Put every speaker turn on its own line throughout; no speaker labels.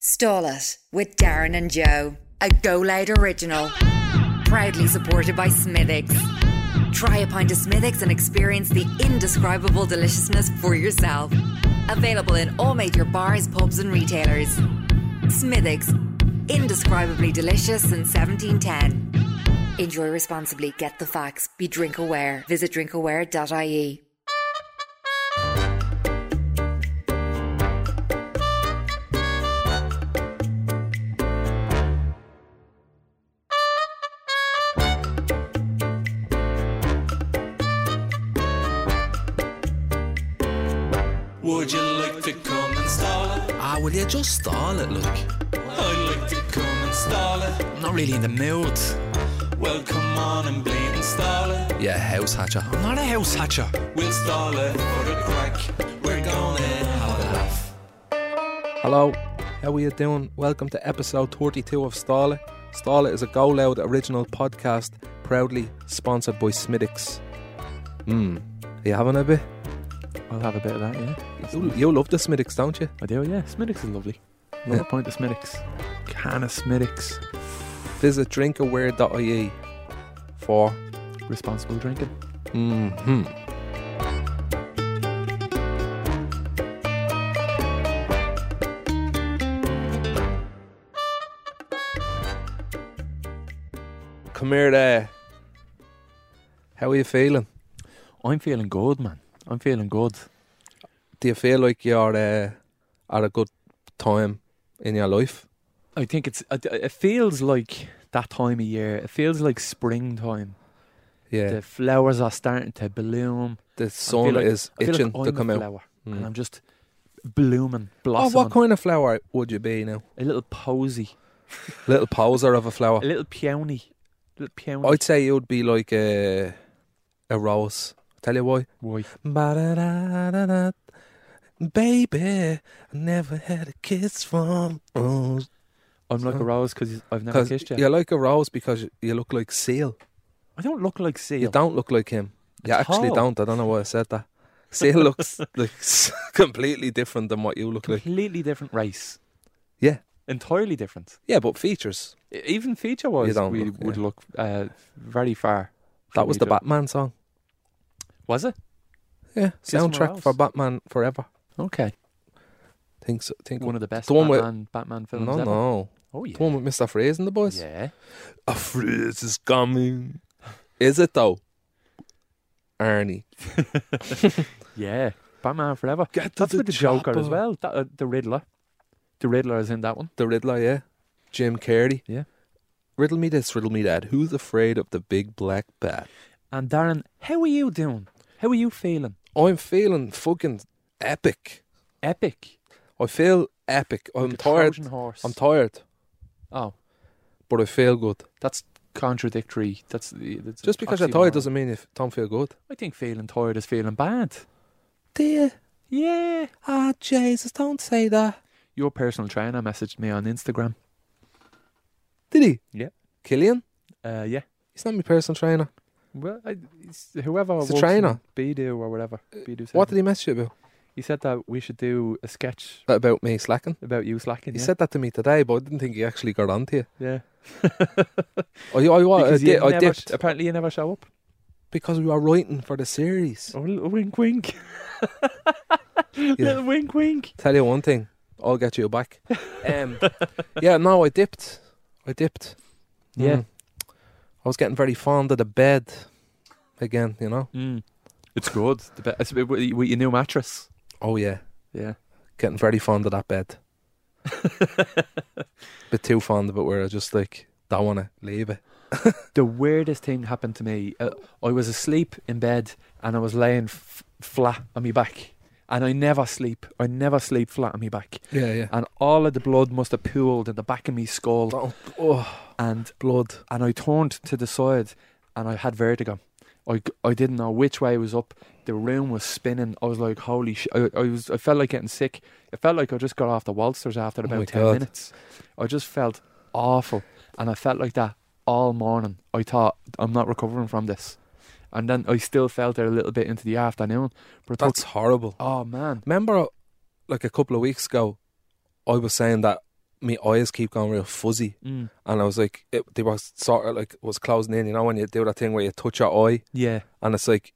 Stall It with Darren and Joe, a Go Loud original. Proudly supported by Smithix. Try a pint of Smithix and experience the indescribable deliciousness for yourself. Available in all major bars, pubs, and retailers. Smithix, indescribably delicious since 1710. Enjoy responsibly, get the facts, be drink aware. Visit drinkaware.ie.
Would you like to come and stall it?
Ah, will you just stall it, look?
I'd like to come and stall it.
I'm not really in the mood.
Well, come on and bleed and stall it.
Yeah, house hatcher. I'm not a house hatcher.
We'll stall it for the crack. We're gonna have a laugh.
Hello, how are you doing? Welcome to episode 32 of Stall It. Stall It is a Go Loud original podcast proudly sponsored by Smiddix. Hmm, are you having a bit?
I'll have a bit of that, yeah.
You, you love the Smiddix, don't you?
I do, yeah. Smittix is lovely. Love a pint of Smittix. Can of Smittix.
Visit drinkaware.ie E for.
Responsible drinking.
Mm-hmm. Come here there. How are you feeling?
I'm feeling good, man. I'm feeling good.
do you feel like you're uh, at a good time in your life?
I think it's. It, it feels like that time of year. It feels like springtime.
Yeah,
The
the,
flowers are starting to bloom. I feel
sun
like-
is
I feel
itching
like
to
I'm a
come out. Mm.
flower, and I'm just blooming,
Oh,
blossoming.
what kind of flower would you be now?
a little posy,
Little poser of a flower.
a little peony, little peony.
I'd say you'd be like a a rose. Tell you why.
Why?
Ba-da-da-da-da. Baby, I never had a kiss from rose.
I'm like a rose because I've never
'Cause
kissed you.
You're like a rose because you look like seal.
I don't look like seal.
You don't look like him. You
At
actually
all.
don't. I don't know why I said that. Seal looks like completely different than what you look like.
Completely different race.
Yeah,
Entirely different.
yeah, but features.
E- Even feature wise,
don't
we
look,
would
yeah.
look uh, very far.
That
from
was
each
the
other.
Batman song.
Was it?
Yeah,
Kiss from a
soundtrack for
Rose.
Batman Forever.
Okay.
Think so. Think
One of the best
The one with-
Batman, Batman films
no,
ever.
no.
Oh, yeah.
The one with Mr. Freeze and the boys.
Yeah.
A freeze is coming. Is it though? Arnie.
Yeah. Batman Forever.
Get to
That's
the
with the Joker as
chopper.
well. That, uh, the Riddler. The Riddler is in that one.
The Riddler, yeah. Jim Carrey.
Yeah.
Riddle me this, riddle me that. Who's afraid of the big black bat?
And Darren, how are you doing? How are you feeling?
I'm feeling fucking epic.
Epic.
I feel epic. I'm
Like a
tired.
Trojan horse.
I'm tired,
oh,
but I feel good.
that's contradictory. That's, the- that's
Just because you're tired doesn't mean you f- don't feel good.
I think feeling tired is feeling bad.
Dear,
Yeah.
ah, Jesus, don't say that.
Your personal trainer messaged me on Instagram.
Did he?
Yeah.
Killian?
Uh, yeah.
He's not my personal trainer.
Well, I, it's whoever
It's a
works
trainer. Uh,
in Bidu or whatever. Bidu
What did he message you about?
he said that we should do a sketch
About me slacking.
about you slacking.
He
yeah.
said that to me today, but I didn't think he actually got on to you.
yeah,
I, I, I, I,
because you
did, I
never-
dipped
apparently you never show up.
because we were writing for the series.
Oh, little wink, wink, little wink, wink.
Tell you one thing, I'll get you back. Um, yeah, no, I dipped. I dipped.
Yeah.
Mm. I was getting very fond of the bed again, you know?
Mm. It's good. The be- it's with with your new mattress.
Oh, yeah.
Yeah,
Getting very fond of that bed. Bit too fond of it where I just like don't want to leave it.
the weirdest thing happened to me. Uh, I was asleep in bed and I was laying f- flat on my back, and I never sleep. I never sleep flat on my back,
Yeah, yeah.
and all of the blood must have pooled in the back of me skull.
Oh, oh,
and
blood.
and I turned to the side and I had vertigo. I, I didn't know which way I was up. The room was spinning. I was like, holy shit! I, I was I felt like getting sick. It felt like I just got off the waltzers after
Oh my
about ten
God.
minutes. I just felt awful, and I felt like that all morning. I thought I'm not recovering from this, and then I still felt it a little bit into the afternoon. But it
That's
took,
horrible.
oh man,
Remember, like a couple of weeks ago, I was saying that my eyes keep going real fuzzy,
Mm.
and I was like, it, they was sort of like was closing in. You know when you do that thing where you touch your eye
Yeah,
and it's like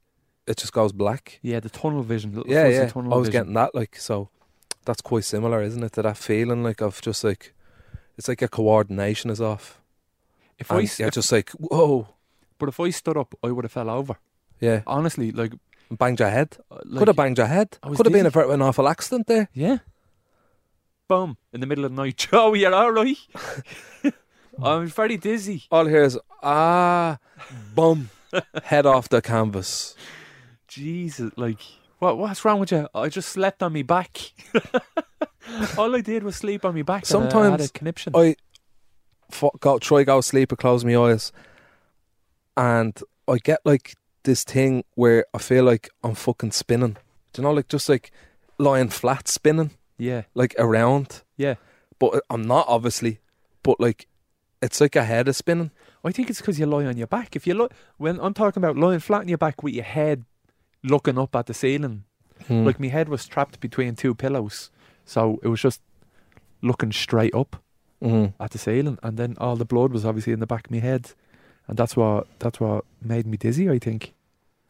it just goes black.
yeah, the tunnel vision. Little
yeah,
fuzzy
yeah.
Tunnel
I was
vision.
getting that like so. That's quite similar, isn't it? To that feeling like of just like it's like your coordination is off.
If I,
And
s-
you're
if-
just like whoa,
but if I stood up, I would have fell over.
yeah,
Honestly, like,
banged your head.
uh, like
Could have banged your head.
I was
Could have been a
dizzy.
bit of an awful accident there.
Yeah. Boom. In the middle of the night. Joe, you're all right. I'm very dizzy.
All here is ah, bum, head off the canvas.
Jesus, like, what? What's wrong with you? I just slept on me back. all I did was sleep on me back. and, uh, I had a
Sometimes
conniption.
I fo- go try go to sleep and close my eyes, and I get like this thing where I feel like I'm fucking spinning. Do you know, like just like lying flat, spinning
yeah,
like around.
yeah.
But I'm not obviously. But like, it's like a head is spinning.
I think it's because you lie on your back. If you look, when I'm talking about lying flat on your back with your head looking up at the ceiling,
Mm.
like my head was trapped between two pillows, so it was just looking straight up.
Mm.
at the ceiling, and then all the blood was obviously in the back of my head, and that's what that's what made me dizzy. I think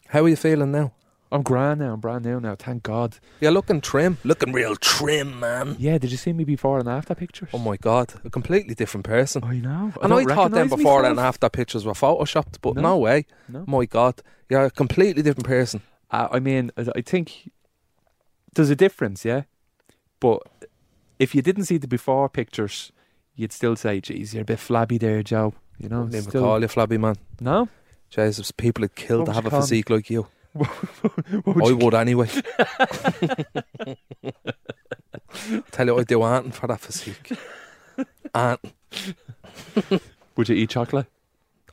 How are you feeling now?
I'm grand now. I'm brand new now. Thank God.
You're looking trim, looking real trim, man.
Yeah. Did you see me before and after pictures?
Oh my god, a completely different person.
I know.
and I thought them
then
before and after pictures were photoshopped, but
No.
no, way.
No.
My god, you're a completely different person.
Uh, I mean, I I think there's a difference, yeah. But if you didn't see the before pictures, you'd still say, "Geez, you're a bit flabby there, Joe." You know.
Wouldn't even
still-
call you flabby man.
no.
Jesus, people would kill
What
to
would
have
you
a
call me?
physique like you.
What would
I
you-
would anyway. Tell you, I'd do anything for that physique. And
would you eat chocolate?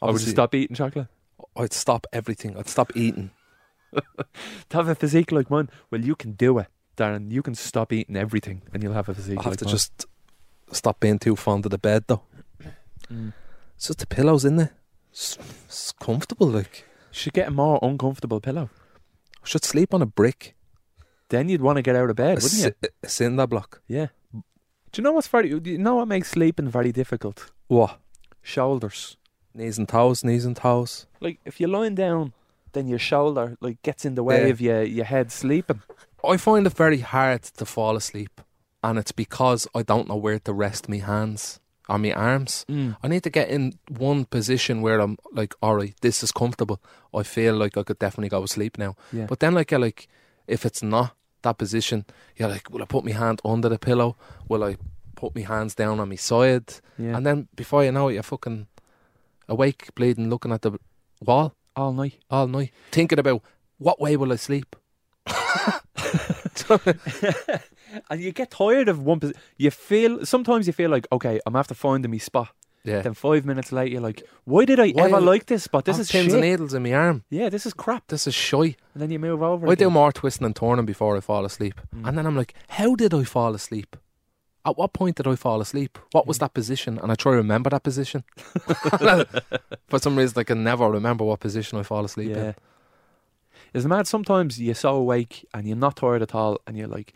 Or would you
obviously,
stop eating chocolate?
I'd stop everything. I'd stop eating.
to have a physique like mine, well, you can do it, Darren. You can stop eating everything, and you'll have a physique
I have
like
to
mine.
just stop being too fond of the bed though.
Mm.
It's just the pillows in there. It's, it's comfortable. Like
should get a more uncomfortable pillow.
I should sleep on a brick,
Then you'd want to get out of bed,
a,
wouldn't
si-
you?
a cinder block.
Yeah. Do you know what's very? Do you know what makes sleeping very difficult?
What?
Shoulders.
Knees and toes, knees and toes.
Like if you're lying down, then your shoulder like gets in the way
Yeah.
of your your head sleeping.
I find it very hard to fall asleep, and it's because I don't know where to rest my hands or my arms.
Mm.
I need to get in one position where I'm like, all right, this is comfortable. I feel like I could definitely go to sleep now.
Yeah.
But then, like, you're like, if it's not that position, you're like, will I put my hand under the pillow? Will I put my hands down on my side?
Yeah.
And then before you know it, you're fucking awake, bleeding, looking at the wall
all night.
all night, thinking about what way will I sleep?
And you get tired of one. Posi- you feel sometimes you feel like okay, I'm after finding me spot.
Yeah.
Then five minutes later, you're like, why did I
Why Oh,
ever
am-
like this spot? This
I've
is
pins
Oh, shit.
and needles in my arm.
Yeah, this is crap.
This is shy.
And then you move over.
I do
again.
more twisting and turning before I fall asleep.
Mm.
And then I'm like, how did I fall asleep? At what point did I fall asleep? What
Mm.
was that position? And I try to remember that position. For some reason, I can never remember what position I fall asleep
Yeah.
in.
It's mad. Sometimes you're so awake and you're not tired at all, and you're like,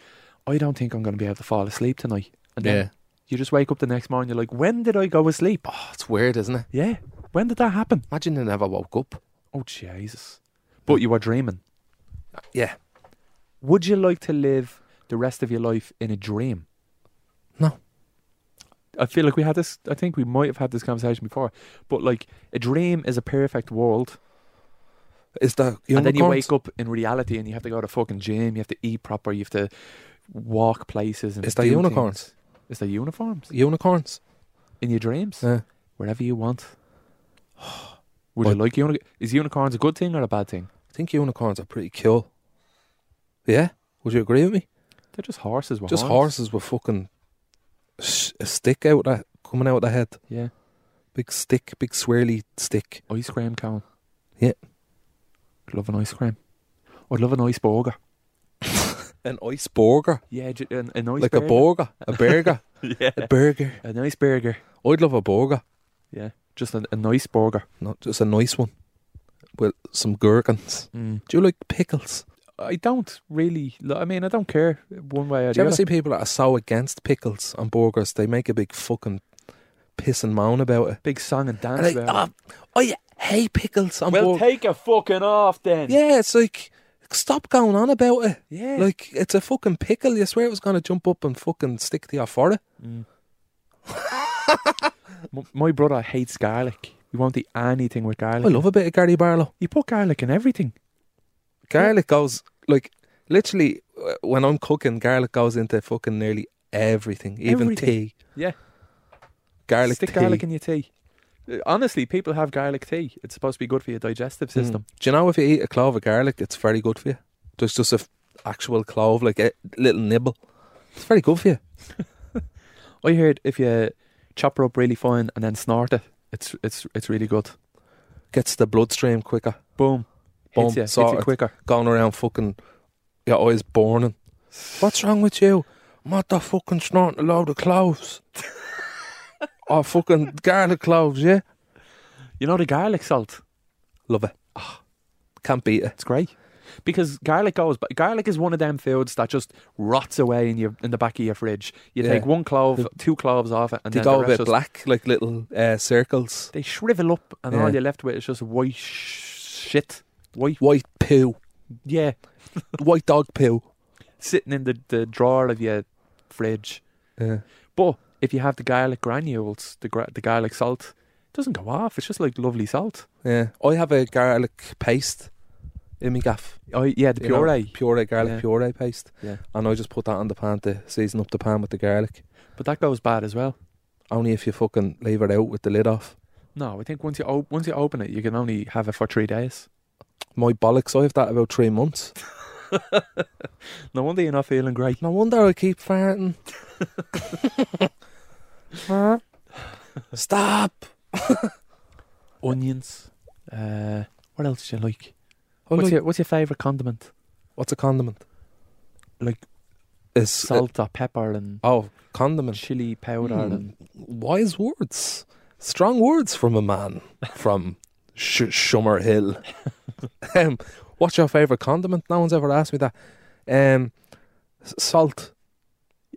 I don't think I'm going to be able to fall asleep tonight. And then
Yeah.
you just wake up the next morning, you're like, when did I go asleep?
Oh, it's weird, isn't it?
Yeah. When did that happen?
Imagine you never woke up.
Oh, Jesus. But you were dreaming.
Yeah.
Would you like to live the rest of your life in a dream?
No.
I feel like we had this, I think we might have had this conversation before, but like a dream is a perfect world.
Is that
and then you wake up in reality and you have to go to fucking gym, you have to eat proper, you have to walk places. And
Is that
do
unicorns?
things. Is there uniforms?
Unicorns.
In your dreams?
Yeah.
Wherever you want. Would
What?
you like unicorns? Is unicorns a good thing or a bad thing?
I think unicorns are pretty cool. Yeah. Would you agree with me?
They're just horses. With
Just
horns.
horses with fucking s a stick out that coming out of the head.
Yeah.
Big stick, big swirly stick.
Ice cream cone.
Yeah.
I'd love an ice cream. I'd love an ice burger.
An ice burger.
Yeah, ju- an, an ice
like
burger.
a burger. A burger.
Yeah.
a burger.
An ice burger.
I'd love a burger.
Yeah. Just an, an ice burger.
Mm. Not just a nice one. With some gherkins. Do you like pickles?
I don't really. li- I mean, I don't care one way or
Do
the
you ever
other.
see people that are so against pickles on burgers? They make a big fucking piss and moan about it.
Big song and dance.
And they,
about it.
oh, I hate pickles on
well,
burgers.
take a fucking off then.
yeah, it's like stop going on about it.
yeah.
Like it's a fucking pickle. You swear it was gonna jump up and fucking stick to your forehead.
M- my brother hates garlic. He won't eat anything with garlic.
I love a bit of Gary Barlow.
You put garlic in everything.
Garlic goes like literally uh, when I'm cooking, garlic goes into fucking nearly everything, even
Everything.
tea.
Yeah.
Garlic
Stick
tea.
garlic in your tea. Uh, Honestly, people have garlic tea. It's supposed to be good for your digestive
Mm.
system.
Do you know if you eat a clove of garlic, it's very good for you? There's just a f- actual clove, like a little nibble. It's very good for you.
I heard if you chop her up really fine and then snort it, it's it's it's really good.
Gets the bloodstream quicker.
Boom.
Boom.
Hits you, hits you
Sorted.
quicker.
Going around fucking your eyes burning. What's wrong with you? Motherfucking snorting a load of cloves. or fucking garlic cloves, yeah?
You know the garlic salt?
Love it. Ah, Can't beat it.
It's great. Because garlic goes, but garlic is one of them foods that just rots away in your in the back of your fridge. You
Yeah.
take one clove,
They-
two cloves off it, and
They
then
go
the
a
rest
bit
just-
black, like little uh, circles.
They shrivel up, and
Yeah.
all you're left with is just white sh- shit. White,
White poo.
yeah,
White dog poo.
sitting in the, the drawer of your fridge.
Yeah.
But if you have the garlic granules, the gra- the garlic salt, it doesn't go off. It's just like lovely salt.
Yeah. I have a garlic paste in my gaff.
Oh yeah, the
you know,
puree.
puree, garlic
Yeah.
puree paste.
Yeah.
And I just put that on the pan to season up the pan with the garlic.
But that goes bad as well.
Only if you fucking leave it out with the lid off.
No, I think once you op- once you open it, you can only have it for three days.
My bollocks, I have that about three months.
No wonder you're not feeling great.
No wonder I keep farting. Stop!
Onions. Uh, what else do you like?
I
what's
like-
your What's your favorite condiment?
what's a condiment?
Like
Is
salt or pepper and
oh, condiment.
chili powder
Hmm.
and
Wise words. Strong words from a man from Sh- Shummer Hill. um, what's your favourite condiment? No one's ever asked me that. Um, s- salt.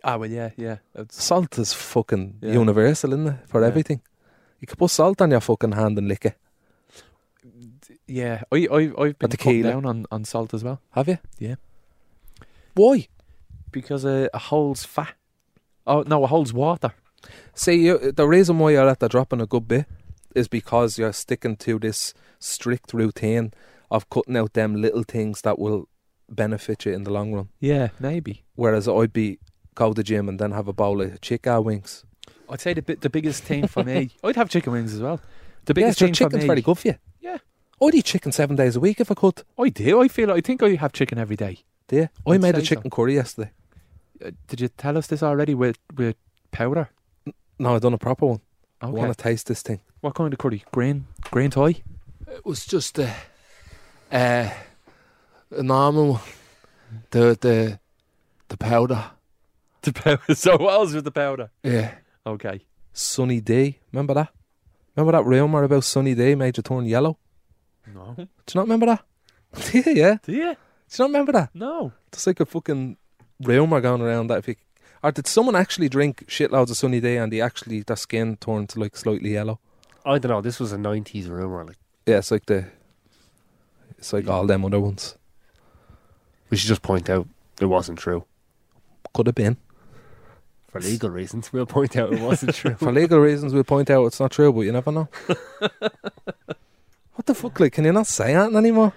ah well yeah yeah it's
Salt is fucking
Yeah.
universal, isn't it? For
Yeah.
everything. You could put salt on your fucking hand and lick it.
Yeah, I, I, I've been cutting
tequila.
down on, on salt as well
Have you?
Yeah.
Why?
because uh, it holds fat. Oh no, it holds water.
See, you, the reason why you're at the dropping a good bit is because you're sticking to this strict routine of cutting out them little things that will benefit you in the long run.
Yeah, maybe.
Whereas I'd be go to the gym and then have a bowl of chicken wings.
I'd say the bi- the biggest thing for me. I'd have chicken wings as well. The
Yeah,
biggest
so
thing for
chicken's
me.
very good for you.
Yeah.
I'd eat chicken seven days a week if I could.
I do. I feel. I think I have chicken every day.
Do you? I
I'd
made a
say so.
chicken curry yesterday.
Uh, did you tell us this already with with powder?
No, I done a proper one. I
Okay.
want to taste this thing.
What kind of curry? Green green toy.
It was just a, a, a normal one. The the the powder.
The powder. So what else with the powder?
Yeah.
Okay.
Sunny D. Remember that? Remember that rumor about Sunny D made you turn yellow?
No.
Do you not remember that? yeah, yeah.
Do you?
Do you not remember that?
No.
There's like a fucking rumor going around that if you or did someone actually drink shitloads of Sunny D and they actually their skin turned to like slightly yellow?
I don't know. This was a '90s rumor. Like
Yeah, it's like the it's like all them other ones.
we should just point out it wasn't true
Could have been.
for legal reasons. We'll point out it wasn't true.
For legal reasons, we'll point out it's not true, but you never know. what the fuck? Like, can you not say that anymore?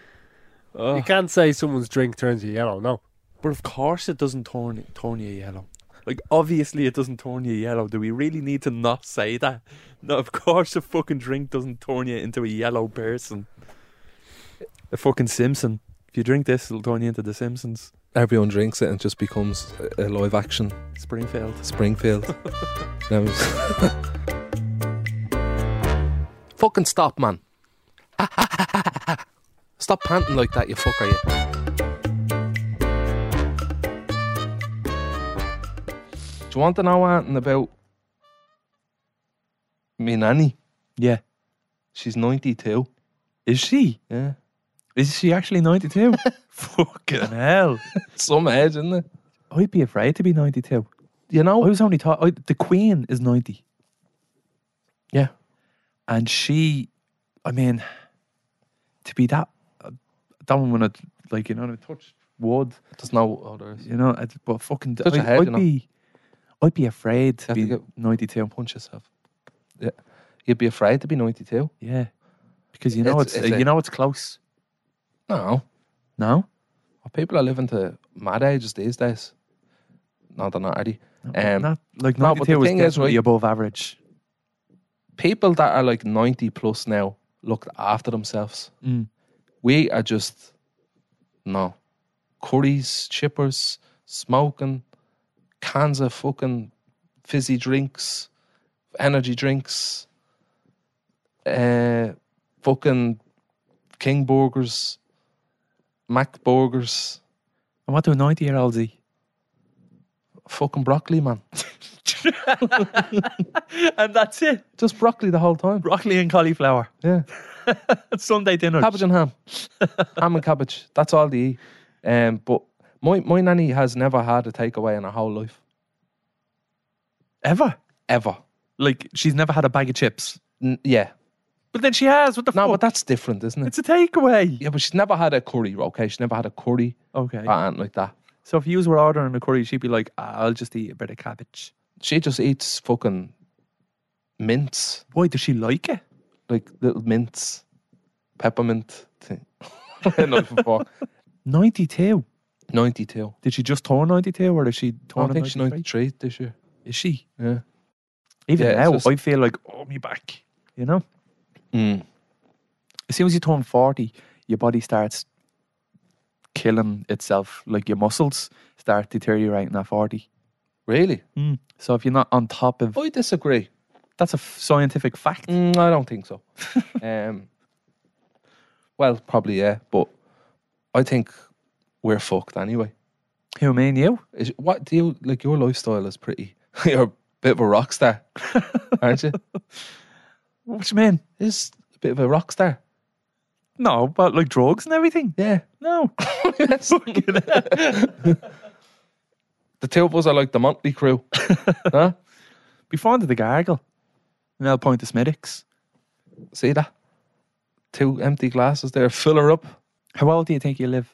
you can't say someone's drink turns you yellow. No,
But of course, it doesn't turn turn you yellow. Like obviously, it doesn't turn you yellow. Do we really need to not say that? No, of course, a fucking drink doesn't turn you into a yellow person. A fucking Simpson. If you drink this, it'll turn you into the Simpsons.
Everyone drinks it and just becomes a a live action
Springfield.
Springfield. Now it's- Fucking stop, man. stop panting like that, you fucker, you. Do you want to know anything about me nanny?
Yeah.
She's 92.
Is she?
Yeah.
Is she actually 92?
Fucking
hell.
some age, isn't it?
I'd be afraid to be 92. You know, Oh, I was only taught I, the Queen is 90.
Yeah.
And she, I mean, to be that, uh, that one when I, like, you know, I touched wood,
There's no oh, others.
you know, I, but fucking,
Touch
I,
a head,
would
you know.
be, I'd be afraid to
have
be
to get-
92.
Punch yourself. Yeah. You'd be afraid to be 92.
Yeah. Because you know
It's-
it's,
it's
uh,
a-
you know it's close.
No.
No?
Well, people are living to mad ages these days. No, they're not, are they? Um,
not like
no, but
92
the
was
thing is,
definitely
right-
above average.
People that are like 90 plus now look after themselves.
Mm.
We are just, no. Curries, chippers, smoking, cans of fucking fizzy drinks, energy drinks, uh, fucking King Burgers, Mac Burgers.
And what do 90 year olds eat?
fucking broccoli, man.
and that's it.
Just broccoli the whole time.
Broccoli and cauliflower.
Yeah.
Sunday dinner.
Cabbage and ham. ham and cabbage. That's all they eat. Um, but my, my nanny has never had a takeaway in her whole life.
Ever.
Ever.
Like, she's never had a bag of chips.
N- yeah.
But then she has. What the
No, but
fuck?
that's different, isn't it?
it's a takeaway.
yeah, but she's never had a curry, okay? She's never had a curry
Okay.
or anything like that.
so if you were ordering a curry, she'd be like, "Ah, I'll just eat a bit of cabbage.
She just eats fucking mints,
Why does she like it?
like little mints, peppermint thing. Not for fuck.
92.
92.
Did she just turn 92 or is she
Oh, I
turning
think she's
93?
93 this year.
Is she?
Yeah.
Even
Yeah, it's
now,
just-
I feel like, oh, me back. You know?
Mm.
As soon as you turn 40, your body starts killing itself. Like your muscles start deteriorating at 40.
Really?
So if you're not on top of,
I disagree.
that's a f- scientific fact.
Mm, I don't think so. um, well, probably yeah, but I think we're fucked anyway.
Who mean you?
Is, what do you like? Your lifestyle is pretty. You're a bit of a rock star, aren't you?
What you mean?
Is a bit of a rock star.
No, but like drugs and everything.
Yeah.
No.
The two of us are like the Monty crew. huh?
Be fond of the gargle. And I'll point to Smittix.
See that? Two empty glasses there. Fill her up.
How old do you think you live?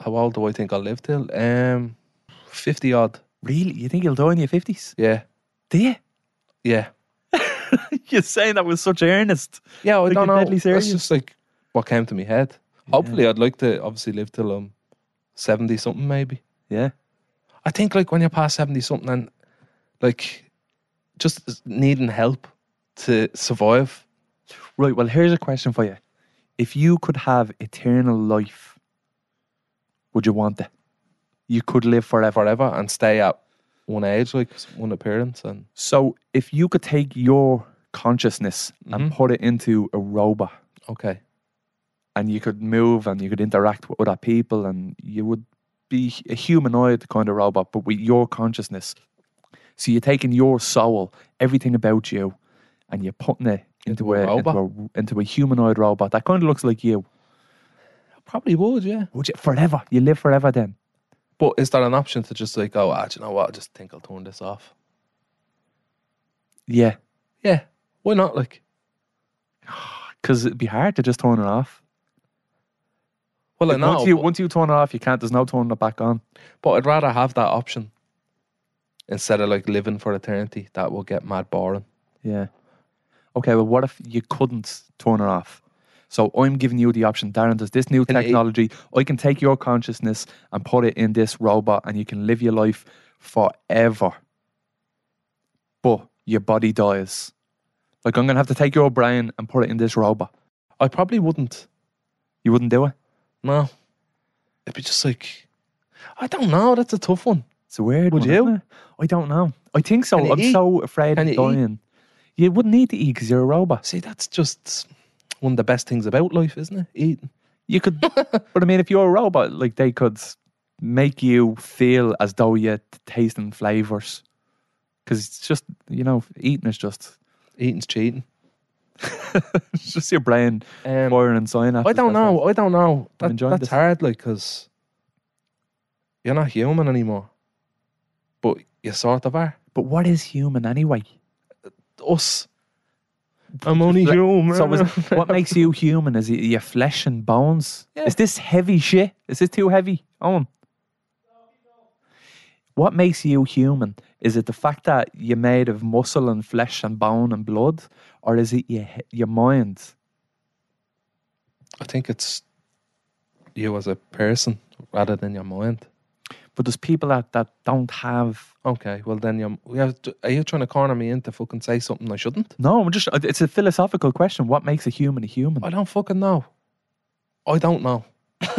How old do I think I'll live till? Um, fifty odd.
Really? You think you'll die in your 50s?
Yeah.
Do you?
Yeah.
You're saying that with such earnest.
Yeah, I
Like
don't
you're
know.
deadly serious.
That's just like what came to my head. Hopefully, I'd like to obviously live till um seventy something maybe.
Yeah.
I think like when you're past seventy something and like just s- needing help to survive.
Right. Well, here's a question for you. If you could have eternal life, would you want it? You could live forever.
forever and stay at one age, like s- one appearance, and
So if you could take your consciousness and
Mhm.
put it into a robot
okay,
and you could move and you could interact with other people and you would be a humanoid kind of robot, but with your consciousness. So you're taking your soul, everything about you, and you're putting it into,
Into a
a, into
robot?
a into a humanoid robot that kind of looks like you.
I probably would, yeah.
Would you forever? You live forever then.
But is there an option to just like, oh, ah, do you know what? I just think I'll turn this off.
Yeah,
Yeah, why not? Like,
because it'd be hard to just turn it off.
well, I
Like,
know,
once you
but-
once you turn it off, you can't. There's no turning it back on.
But I'd rather have that option instead of like living for eternity. That will get mad boring.
Yeah. Okay. Well, what if you couldn't turn it off? So I'm giving you the option, Darren. Does this new
Can it-
technology? I can take your consciousness and put it in this robot, and you can live your life forever. But your body dies. Like I'm gonna have to take your brain and put it in this robot.
I probably wouldn't.
You wouldn't do it.
No, it'd be just like I don't know. That's a tough one.
It's a weird
Would
one, isn't
you?
it? I don't know. I think so.
Can you
I'm
eat?
so afraid
Can you
of
eat?
dying. You wouldn't need to eat because you're a robot.
See, that's just one of the best things about life, isn't it? Eating.
You could, but I mean, if you're a robot, like they could make you feel as though you're t- tasting flavors. Because it's just, you know, eating is just,
Eating's cheating.
it's just your brain
Um,
firing and synapses.
I don't
that's
know.
it.
I don't know. That,
enjoying
that's
this.
hard, like, because you're not human anymore, but you sort of are.
But what is human anyway?
Us. I'm only
like-
human.
So is, what makes you human? Is it your flesh and bones? Is this heavy shit? Is this too heavy? Owen. What makes you human? Is it the fact that you're made of muscle and flesh and bone and blood, or is it your he- your mind?
I think it's you as a person rather than your mind.
But there's people that, that don't have.
Okay, well then you're. we have to- Are you trying to corner me into fucking say something I shouldn't?
No, I'm just. uh, It's a philosophical question. What makes a human a human?
I don't fucking know. I don't know.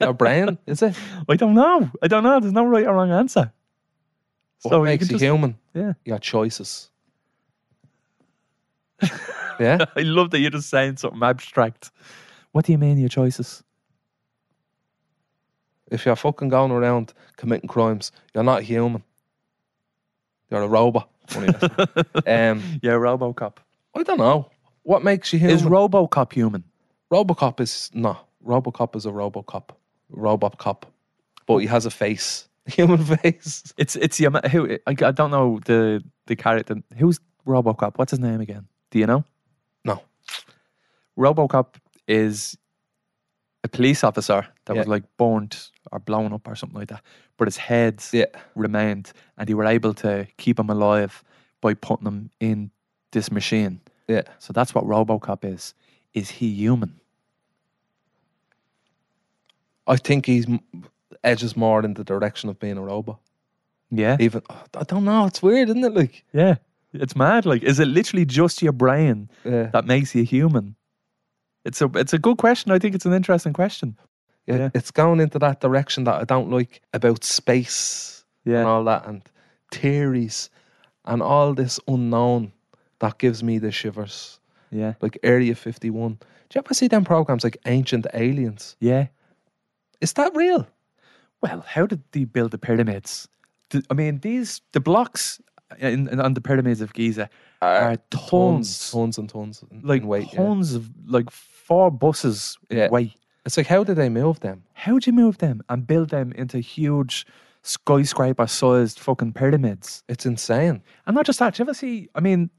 your brain is it?
I don't know. I don't know. There's no right or wrong answer.
What
So you
makes
can
you
just-
human?
Yeah.
Your choices. yeah.
I love that you're just saying something abstract. What do you mean your choices?
If you're fucking going around committing crimes, you're not human. You're a robot. Funny, that's- um,
Yeah, RoboCop.
I don't know. What makes you human?
Is RoboCop human?
Robocop is no. Robocop is a Robocop. Robocop, but he has a face, human face.
It's it's the ama- who I, I don't know the the character. Who's RoboCop? What's his name again? Do you know?
No.
RoboCop is a police officer that was
Yeah.
like burnt or blown up or something like that, but his head
Yeah.
remained, and they were able to keep him alive by putting him in this machine.
Yeah.
So that's what RoboCop is. Is he human?
I think he's m- edges more in the direction of being a robot.
Yeah.
Even I don't know. It's weird, isn't it? Like,
Yeah. It's mad. Like, is it literally just your brain
yeah.
that makes you human? It's a it's a good question. I think it's an interesting question.
Yeah,
Yeah.
it's going into that direction that I don't like about space and all that and theories and all this unknown that gives me the shivers.
Yeah.
Like Area 51. Do you ever see them programs like Ancient Aliens?
Yeah.
Is that real?
Well, how did they build the pyramids? Th- I mean, these the blocks uh, in, in, on the pyramids of Giza are tons,
tons and tons, in-
like
in weight. yeah.
tons of like four buses
Yeah.
weight.
It's like how do they move them?
How would you move them and build them into huge skyscraper-sized fucking pyramids?
It's insane.
And not just that, do you ever see? I mean,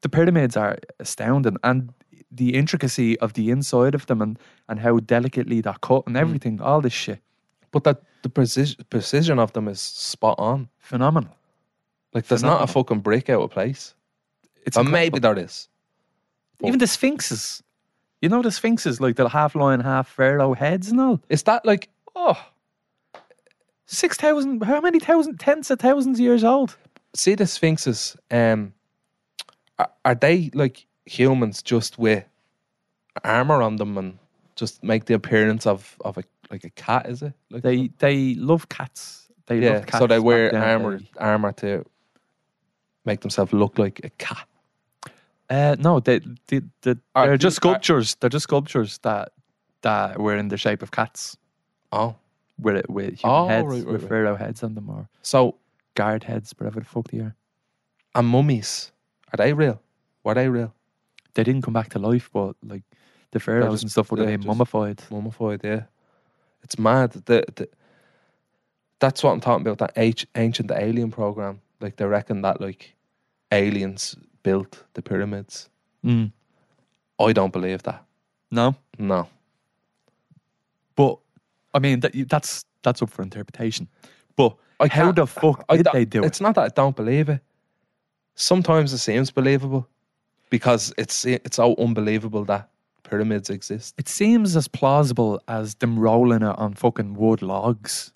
the pyramids are astounding, and the intricacy of the inside of them, and and how delicately they're cut, and everything, all this shit,
But that the precision precision of them is spot on.
phenomenal.
Like there's not a fucking brick out of place.
It's
But
incredible.
maybe there is.
even the sphinxes. You know the sphinxes, like the half lion, half pharaoh heads and all.
Is that like oh
Six thousand, how many thousand, tens of thousands of years old?
see the sphinxes? Um, are, are they like humans just with armor on them and just make the appearance of of a like a cat? Is it? Like
They they love cats. They love
yeah.
cats.
So they
back
wear
then.
armor armor to make themselves look like a cat.
Uh, no, they, they, they,
Are
they're just
the- are-
sculptures. they're just sculptures that that were in the shape of cats.
Oh,
with it with human
Oh,
heads,
right, right,
with
right.
pharaoh heads on them, or
so
guard heads, whatever the fuck they are.
and mummies are they real? Were they real?
They didn't come back to life, but like the pharaohs
just-
and stuff would have
they're
been
just-
mummified.
Mummified, yeah. It's mad. The, the, that's what I'm talking about. That age, ancient alien program. Like they reckon that like aliens built the pyramids.
Mm.
I don't believe that.
No,
No,
but I mean that you- that's that's up for interpretation. But
I
how
can't-
the fuck
I
did
don't-
they do it?
It's not that I don't believe it. Sometimes it seems believable because it's it's so unbelievable that pyramids exist.
It seems as plausible as them rolling it on fucking wood logs.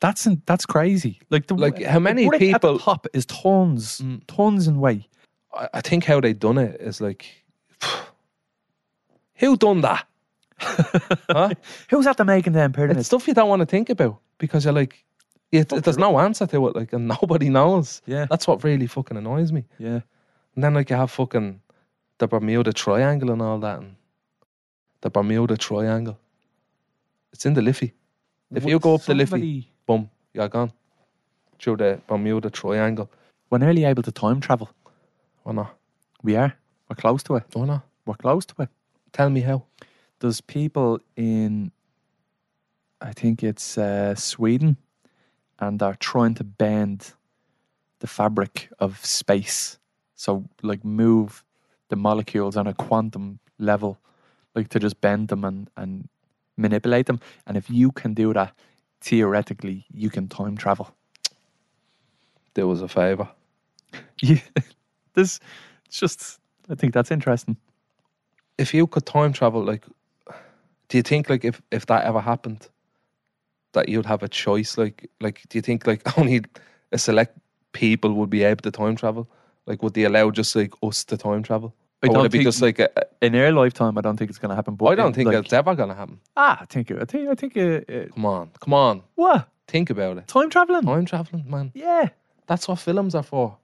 That's in, that's crazy. Like the
Like, how many
brick at the
people-
top is tons,
Mm.
tons in weight.
I, I think how they done it is like, who done that? huh?
Who's after making them
It's
pyramids?
stuff you don't want to think about because you're like, it, it- there's no answer to it, like, and nobody knows.
Yeah.
That's what really fucking annoys me.
Yeah,
And then, like, you have fucking the Bermuda Triangle and all that, and the Bermuda Triangle. It's in the Liffey. If you go up the Liffey,
Somebody-
boom, you're gone. Through the Bermuda Triangle.
We're nearly able to time travel.
Or not.
We are. We're close to it.
Why not?
We're close to it.
Tell me how.
There's people in, I think it's uh, Sweden, and they're trying to bend the fabric of space. So, like, move the molecules on a quantum level, like to just bend them and, and manipulate them. And if you can do that, theoretically, you can time travel.
Do us a favour.
Yeah, this it's just I think that's interesting.
If you could time travel, like, do you think like if if that ever happened, that you'd have a choice? Like, like do you think like only a select people would be able to time travel? Like, would they allow just like us to time travel?
I
Or
don't
would it be
think-
just like a,
In our lifetime, I don't think it's going to happen. But
I don't
it-
think
like,
that's ever gonna happen.
ah, I think it- I think I think uh, uh,
Come on, come on,
what
think about it.
time traveling?
Time traveling, man.
Yeah,
That's what films are for.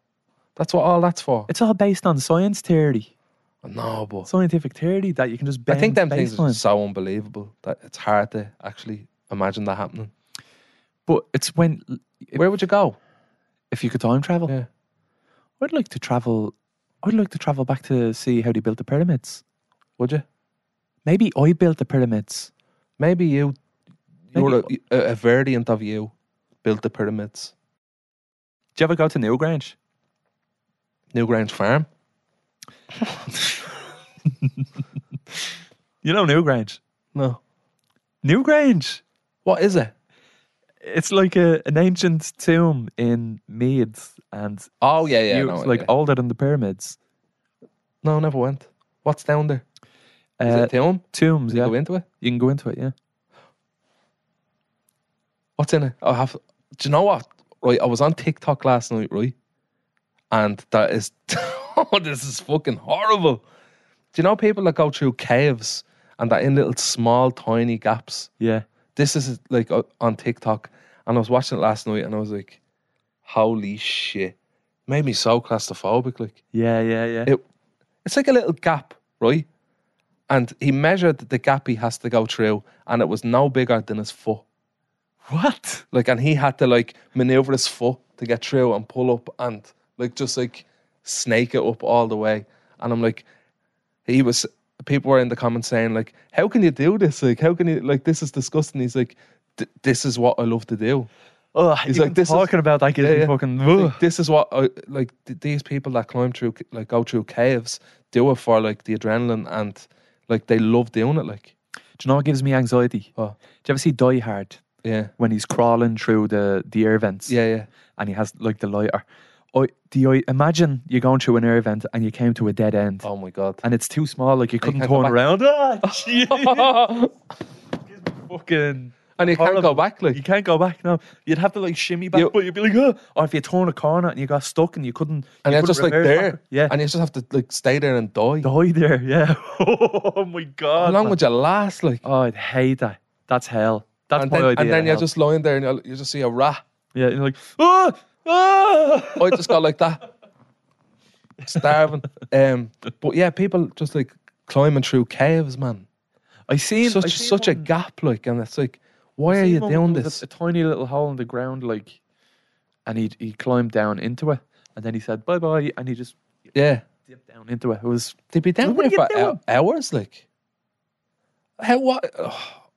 That's what all that's for.
it's all based on science theory,
No, but
scientific theory that you can just
I
bend.
think them things are
space-time.
just so unbelievable that it's hard to actually imagine that happening.
But it's when if,
Where would you go?
if you could time travel,
Yeah.
I'd like to travel. I'd like to travel back to see how they built the pyramids.
Would you?
Maybe I built the pyramids.
Maybe you, you're
Maybe-
a, a, a variant of you, built the pyramids.
Do you ever go to Newgrange?
Newgrounds Farm.
You know Newgrange.
No.
Newgrange.
What is it?
It's like a, an ancient tomb in Mead, and
Oh yeah, yeah.
you-
no,
it's like
yeah.
older than the pyramids.
no, never went. What's down there? Is
Uh,
it Tim?
tombs, yeah.
Go into it.
You can go into it, yeah.
What's in it? I have. Do you know what? Right, I was on TikTok last night, right? And that is, oh, this is fucking horrible. Do you know people that go through caves and that in little small tiny gaps?
Yeah.
This is like o- on TikTok, and I was watching it last night, and I was like, holy shit, made me so claustrophobic. Like
Yeah, yeah, yeah.
it, it's like a little gap, right? And he measured the gap he has to go through, and it was no bigger than his foot.
what?
Like, and he had to like maneuver his foot to get through and pull up and like just like snake it up all the way. And I'm like, he was, people were in the comments saying, like, how can you do this? Like, how can you, like, this is disgusting. He's like, "Th- this is what I love to do.
Oh,
He's
even
like, this is-
talking about that gives
Yeah,
me
yeah.
fucking.
Like, this is what, I, like, th- these people that climb through, like, go through caves do it for like the adrenaline and like they love doing it. Like,
Do you know what gives me anxiety?
What?
Do you ever see Die Hard
yeah,
when he's crawling through the the air vents?
yeah, yeah.
And he has like the lighter. Oh, do you imagine you're going through an air vent and you came to a dead end?
Oh my God.
and it's too small, like you couldn't
can't go
turn
back.
around. Ah, shit. Oh.
and you
fucking,
can't go
Horrible.
back. Like,
you can't go back now. You'd have to like shimmy back,
You-
but you'd be like, oh. or if you turn a corner and you got stuck and you couldn't,
and
you
they're
couldn't
just like
reverse
there,
backward. yeah,
and you just have to like stay there and die.
die there, yeah. oh my god,
How long
man.
would you last? Like,
oh, I'd hate that. That's hell. That's
and
my
then,
idea.
and then
of
you're
hell.
just lying there and you'll- you just see a rat.
yeah, you're like, oh, oh.
I just got like that, starving. Um, but yeah, people just like climbing through caves, man.
I seen
Such
I seen
such a
one-
gap, like, and it's like, why are
seen
you
one where
doing
there was
this?
A, a tiny little hole in the ground, like, and he he climbed down into it, and then he said bye bye, and he just
yeah,
dipped down into it. It was
they'd be down
What
there
are
for
you
hou- hours, like. How what?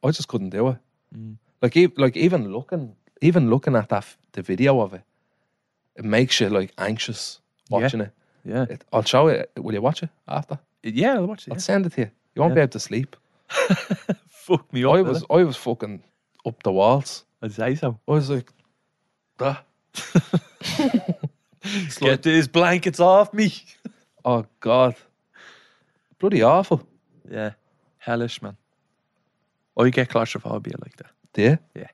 I just couldn't do it.
Mm.
Like, e- like even looking, even looking at that f- the video of it, it makes you like anxious
Yeah.
watching it.
yeah
It, I'll show it. Will you watch it after?
yeah. I'll watch it.
I'll
yeah.
send it to you. You won't be able to sleep.
Fuck me up.
I
will
was
it?
I was fucking up the walls.
I'd say so.
I was like, "Duh." It's like,
Get these blankets off me.
oh god, bloody awful.
Yeah, hellish man. I get claustrophobia like that.
Do you?
Yeah.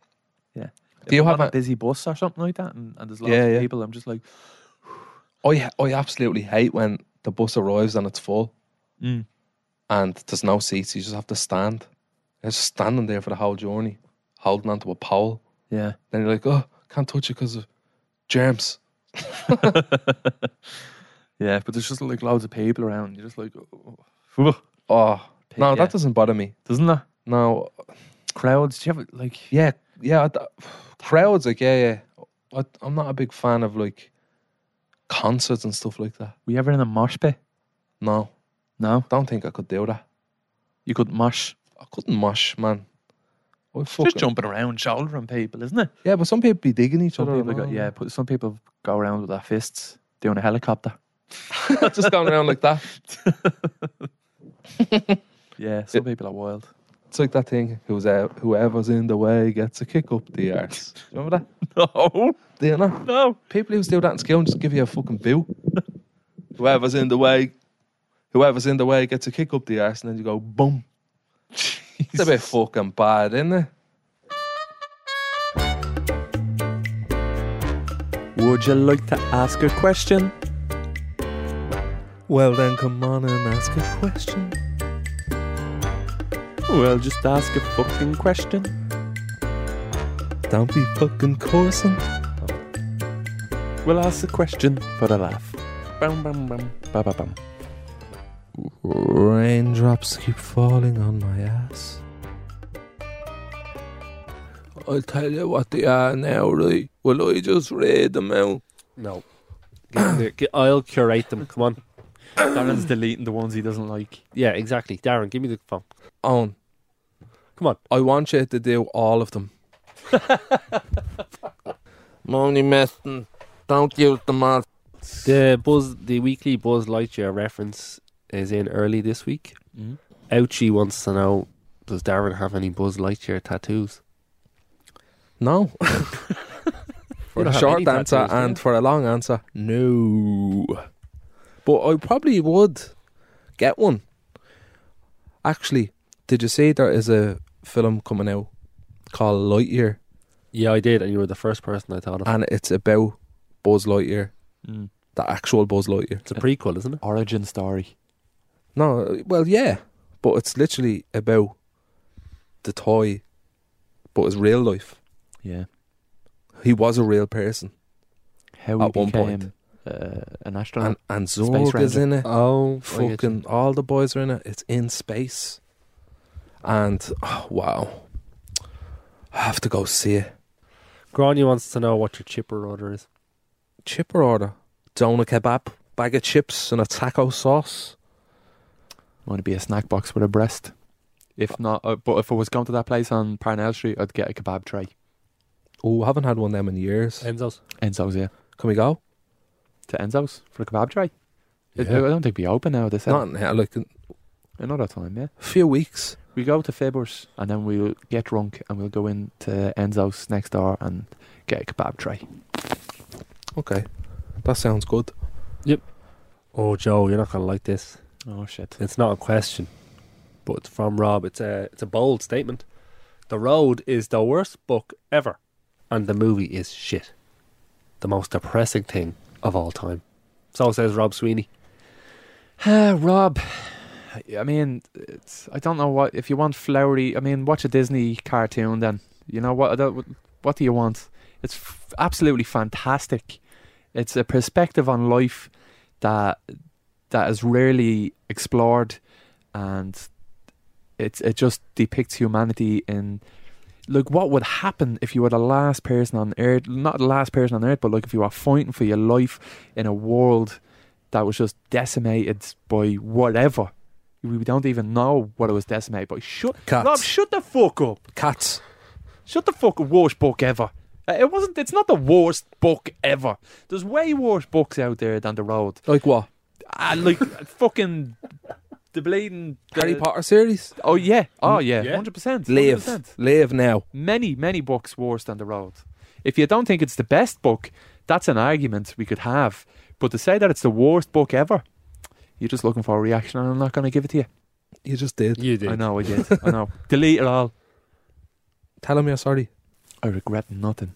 Do you
I'm
have
on a
a?
busy bus or something like that? And, and there's lots
Yeah,
of
yeah.
people. I'm just like,
I I absolutely hate when the bus arrives and it's full,
Mm.
and there's no seats. You just have to stand. You're just standing there for the whole journey, holding onto a pole.
yeah,
Then you're like, oh, can't touch it because of germs.
yeah. But there's just like loads of people around. You're just like, oh, oh.
Oh no,
yeah.
that doesn't bother me.
doesn't that
No,
crowds? Do you have like?
Yeah, yeah. I d crowds, like, yeah, yeah. I, I'm not a big fan of like concerts and stuff like that.
We ever in a mosh pit?
No,
No,
Don't think I could do that.
you could mosh.
I couldn't mosh, man. I
Just
fucking-
jumping around, shouldering people, isn't it?
Yeah, but some people be digging each
Some
other.
people
and
go,
all.
yeah, but some people go around with their fists doing a helicopter.
just going around like that.
Yeah, some people are wild.
It's like that thing. Who's out? Whoever's in the way gets a kick up the arse. Do you remember that?
No,
Do you know?
no.
People who do that in school and just give you a fucking bill. whoever's in the way, whoever's in the way gets a kick up the arse, and then you go boom. It's a bit fucking bad, isn't it?
Would you like to ask a question?
Well then, come on and ask a question.
Well, just ask a fucking question.
Don't be fucking coursing.
We'll ask the question for the laugh. Bum, bum, bum. Ba, ba, bum.
Raindrops keep falling on my ass. I'll tell you what they are now, right? Will I just read them out?
No. Get- get- get- I'll curate them. Come on.
Darren's deleting the ones he doesn't like.
Yeah, exactly. Darren, give me the phone.
On.
Come on.
I want you to do all of them. Money messing. Don't use them all.
The Buzz, the weekly Buzz Lightyear reference is in early this week.
Mhm.
Ouchie wants to know: Does Darren have any Buzz Lightyear tattoos?
No. for
don't
a
have
short
any
answer
tattoos, do you?
and for a long answer, no. But I probably would get one. Actually, did you see there is a film coming out called Lightyear
Yeah, I did, and you were the first person I thought of.
and it's about Buzz Lightyear,
Mm.
the actual Buzz Lightyear.
It's a prequel, isn't it?
Origin story.
No, well, yeah, but it's literally about the toy, but it's real life.
Yeah.
He was a real person,
How
At
he
one
became
point.
uh, an astronaut.
and and Zorg is
Ranger.
in it.
Oh,
Fucking all the boys are in it. It's in space, and oh, wow, I have to go see it.
Grania wants to know what your chipper order is.
Chipper order, donut kebab, bag of chips, and a taco sauce.
Want to be a snack box with a breast? If not, uh, but if I was going to that place on Parnell Street, I'd get a kebab tray.
Oh, I haven't had one of them in years.
Enzo's.
Enzo's, yeah.
Can we go?
To Enzo's for a kebab tray. It-
Yeah.
I don't think we open now. This
Not in here, like a
another time, yeah.
few weeks.
We go to Fibers and then we'll get drunk and we'll go in to Enzo's next door and get a kebab tray.
Okay, that sounds good.
Oh, Joe, you're not gonna like this.
Oh shit!
It's not a question, but it's from Rob. It's a it's a bold statement. The Road is the worst book ever, and the movie is shit. The most depressing thing of all time. So says Rob Sweeney.
Uh, Rob, I mean, it's, I don't know what if you want flowery. I mean, watch a Disney cartoon then. You know what? I don't- What do you want? It's f- absolutely fantastic. It's a perspective on life that that is rarely explored, and it it just depicts humanity in. Like what would happen if you were the last person on earth? Not the last person on earth, but like if you were fighting for your life in a world that was just decimated by whatever. We don't even know what it was decimated by. Shut,
Cats.
Rob, shut the fuck up.
Cats.
Shut the fuck up. Worst book ever. Uh, It wasn't. It's not the worst book ever. There's way worse books out there than the road.
Like what?
Ah, like fucking the bleeding
Harry
the-
Potter series?
Oh yeah. Oh yeah.
Yeah.
Hundred percent.
Live. Live now.
many, many books worse than The Road. If you don't think it's the best book, that's an argument we could have. But to say that it's the worst book ever, you're just looking for a reaction, and I'm not going to give it to you.
You just did.
You did.
I know, I did. I know. Delete it all.
Tell him you're sorry.
I regret nothing.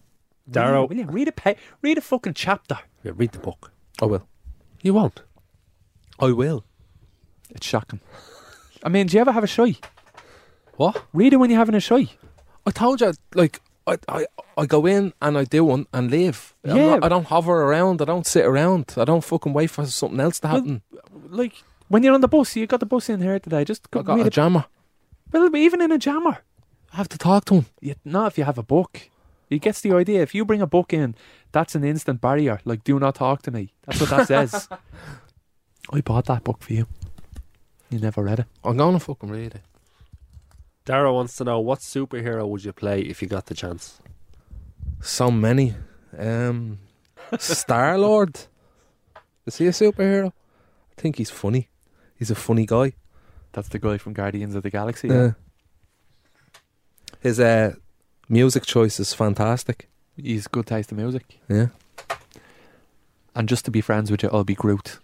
Darrow.
will you read a pa- read a fucking chapter?
Yeah, read the book.
I will.
You won't.
I will.
It's shocking. I mean, do you ever have a shy?
What?
Read it when you're having a shy.
I told you, like, I, I, I go in and I do one and leave. I'm
Yeah.
not- I don't hover around. I don't sit around. I don't fucking wait for something else to
Well,
happen.
Like when you're on the bus, you got the bus in here today. Just go
I got
read
a
it.
jammer.
Well, even in a jammer.
I have to talk to him.
you, not if you have a book. He gets the idea. If you bring a book in, that's an instant barrier. Like, do not talk to me. That's what that says. I bought that book for you. You never read it.
I'm gonna fucking read it.
Dara wants to know what superhero would you play if you got the chance?
So many. Um, Star Lord. Is he a superhero? I think he's funny. He's a funny guy.
That's the guy from Guardians of the Galaxy.
Yeah. His uh, music choice is fantastic.
He's good taste in music.
Yeah.
And just to be friends with you, I'll be Groot.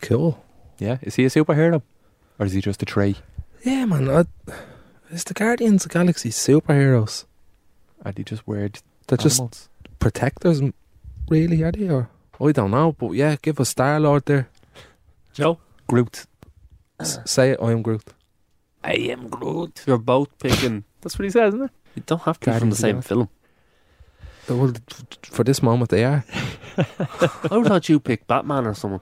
Cool.
Yeah. Is he a superhero? Or is he just a tree?
Yeah, man. I, it's the Guardians of the Galaxy superheroes.
And he just weird
They're just
animals?
protectors, m- really, are they? Or I don't know, but yeah, give us Star Lord there.
Joe?
Groot. S- say it, I am Groot.
I am Groot. You're both picking.
That's what he says, isn't it?
you don't have to be from
Guardians
the
of the
same
Galaxy.
film.
Uh, Well, th- f- for this moment, they are.
I would thought you pick Batman or someone.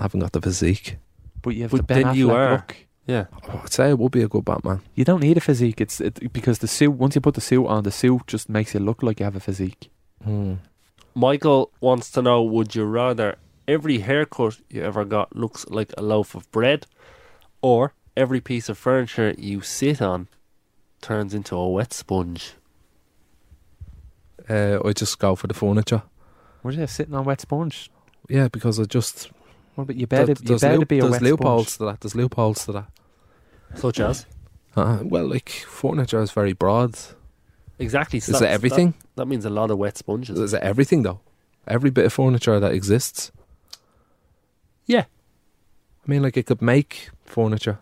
Haven't got the physique.
But you have
But
the Ben
then you
Affleck
are.
look.
Yeah.
Oh, I'd say it would be a good Batman.
You don't need a physique. It's it, because the suit. Once you put the suit on, the suit just makes you look like you have a physique.
Hmm.
Michael wants to know would you rather every haircut you ever got looks like a loaf of bread or every piece of furniture you sit on turns into a wet sponge?
Uh, I just go for the furniture.
Were you sitting on wet sponge?
Yeah, because I just
What about you? Better,
there-
you better
loop-
be a
there's
wet
loopholes
sponge.
to that. There's loopholes to that.
Such as?
Uh, well, like furniture is very broad.
Exactly.
Is it everything?
That, that means a lot of wet sponges.
Is it everything though? Every bit of furniture that exists.
Yeah.
I mean, like it could make furniture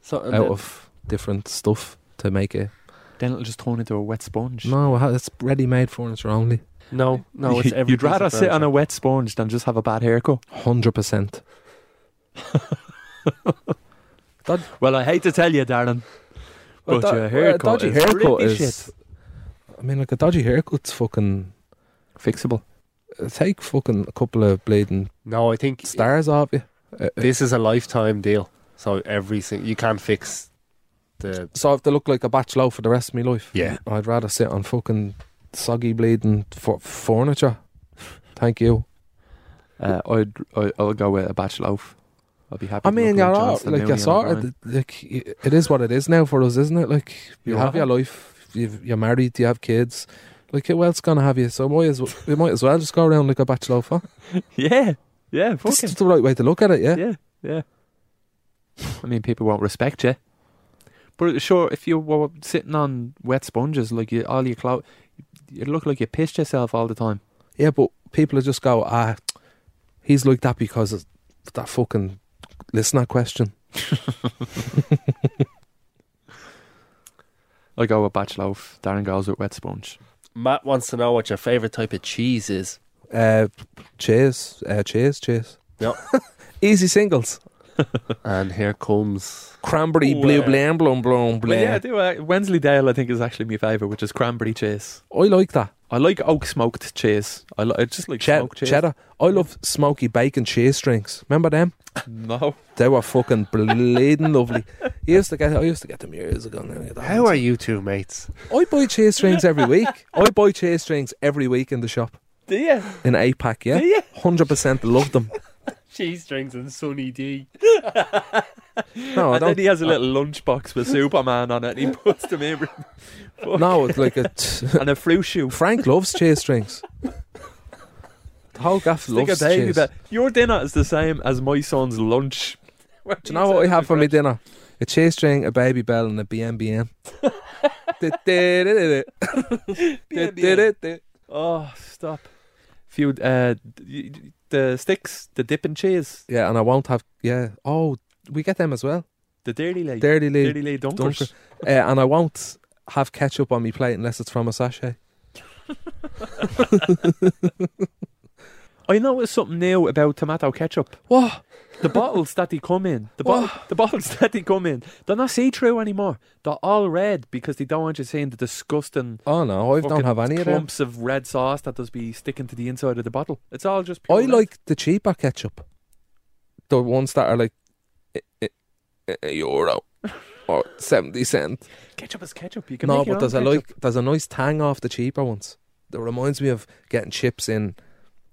So, and
out
then-
of different stuff to make it.
Then it'll just turn into a wet sponge.
No, ha- it's ready-made furniture only.
no, no, it's
You-
every
You'd
piece of
rather sit on
furniture.
a wet sponge than just have a bad haircut.
Hundred percent.
Well, I hate to tell you, Darren,
Well,
but
do-
your
well, a
haircut,
dodgy
is
haircut
really
is-
shit.
I mean, like a dodgy haircut's fucking
fixable.
uh, take fucking a couple of bleeding
No, I think
stars off you. Uh, uh,
this is a lifetime deal. So every sing- you can't fix the
so I have to look like a batch loaf for the rest of my life.
yeah.
I'd rather sit on fucking soggy bleeding fu- furniture. Thank you.
Uh, I'd, I- I'll go with a batch loaf. I'll be happy.
I mean,
you're
you're all, like you're sorted. Like y- it is what it is now for us, isn't it? Like you,
You
have
are.
your life. You've, you're married. You have kids. Like who else gonna have you? So might as well, we might as well just go around like a bachelor. Huh?
Yeah, yeah,
This
fucking.
is the right way to look at it. Yeah.
Yeah, yeah. I mean, people won't respect you. But sure, if you were sitting on wet sponges, like you, all your clothes, you look like you pissed yourself all the time.
Yeah, but people just go, ah, he's like that because of that fucking listener question.
I go with batch loaf. Darren goes with wet sponge.
Matt wants to know what your favorite type of cheese is.
Uh, cheers, uh, cheers, cheers.
Yep.
Easy singles.
and here comes
Cranberry,
Ooh,
blue,
uh,
blam, blum, blum, blam.
Well, yeah, I do. Uh, Wensley Dale, I think, is actually my favourite, which is cranberry cheese.
I like that.
I like oak smoked cheese. I, li- I just like
Che-
smoked cheese.
cheddar. I love smoky bacon cheese drinks. Remember them?
No.
They were fucking bleeding lovely. You used to get, I used to get them years ago. Now, you don't.
How are you two mates?
I buy cheese drinks every week. I buy cheese drinks every week in the shop
Do you?
in a pack. Yeah,
Do you?
hundred percent love them.
Cheese strings and Sunny D.
No, I
and then
don't.
he has a little lunchbox with Superman on it and he puts them in
No, it's like a
and a fruit shoe.
Frank loves cheese drinks. The whole gaff
Think
loves
of baby
cheese.
that- Your dinner is the same as my son's lunch. Do
Do you know what I have for my dinner? A cheese string, a baby bell, and a BMBM. Du-du-du-du-du. Du-du-du-du.
Oh, stop. Few uh, d- y- the sticks, the dip and cheese,
yeah, and I won't have. Yeah. Oh, we get them as well.
the dirty lady,
Dirty Lee.
dirty lady dunkers.
Dunker. Uh, and I won't have ketchup on my plate unless it's from a sachet.
I noticed something new about tomato ketchup.
What?
The bottles that they come in, the bottle, the bottles that they come in, they're not see through anymore. They're all red because they don't want you seeing the disgusting.
Oh no, I don't
fucking
have any of them.
clumps of red sauce that does be sticking to the inside of the bottle. It's all just. Pure
I
red.
like the cheaper ketchup. The ones that are like eh, i- i- i- a eh, euro or 70 cent.
ketchup is ketchup. You can
No,
make
but
your own
there's a
ketchup.
like there's a nice tang off the cheaper ones. That reminds me of getting chips in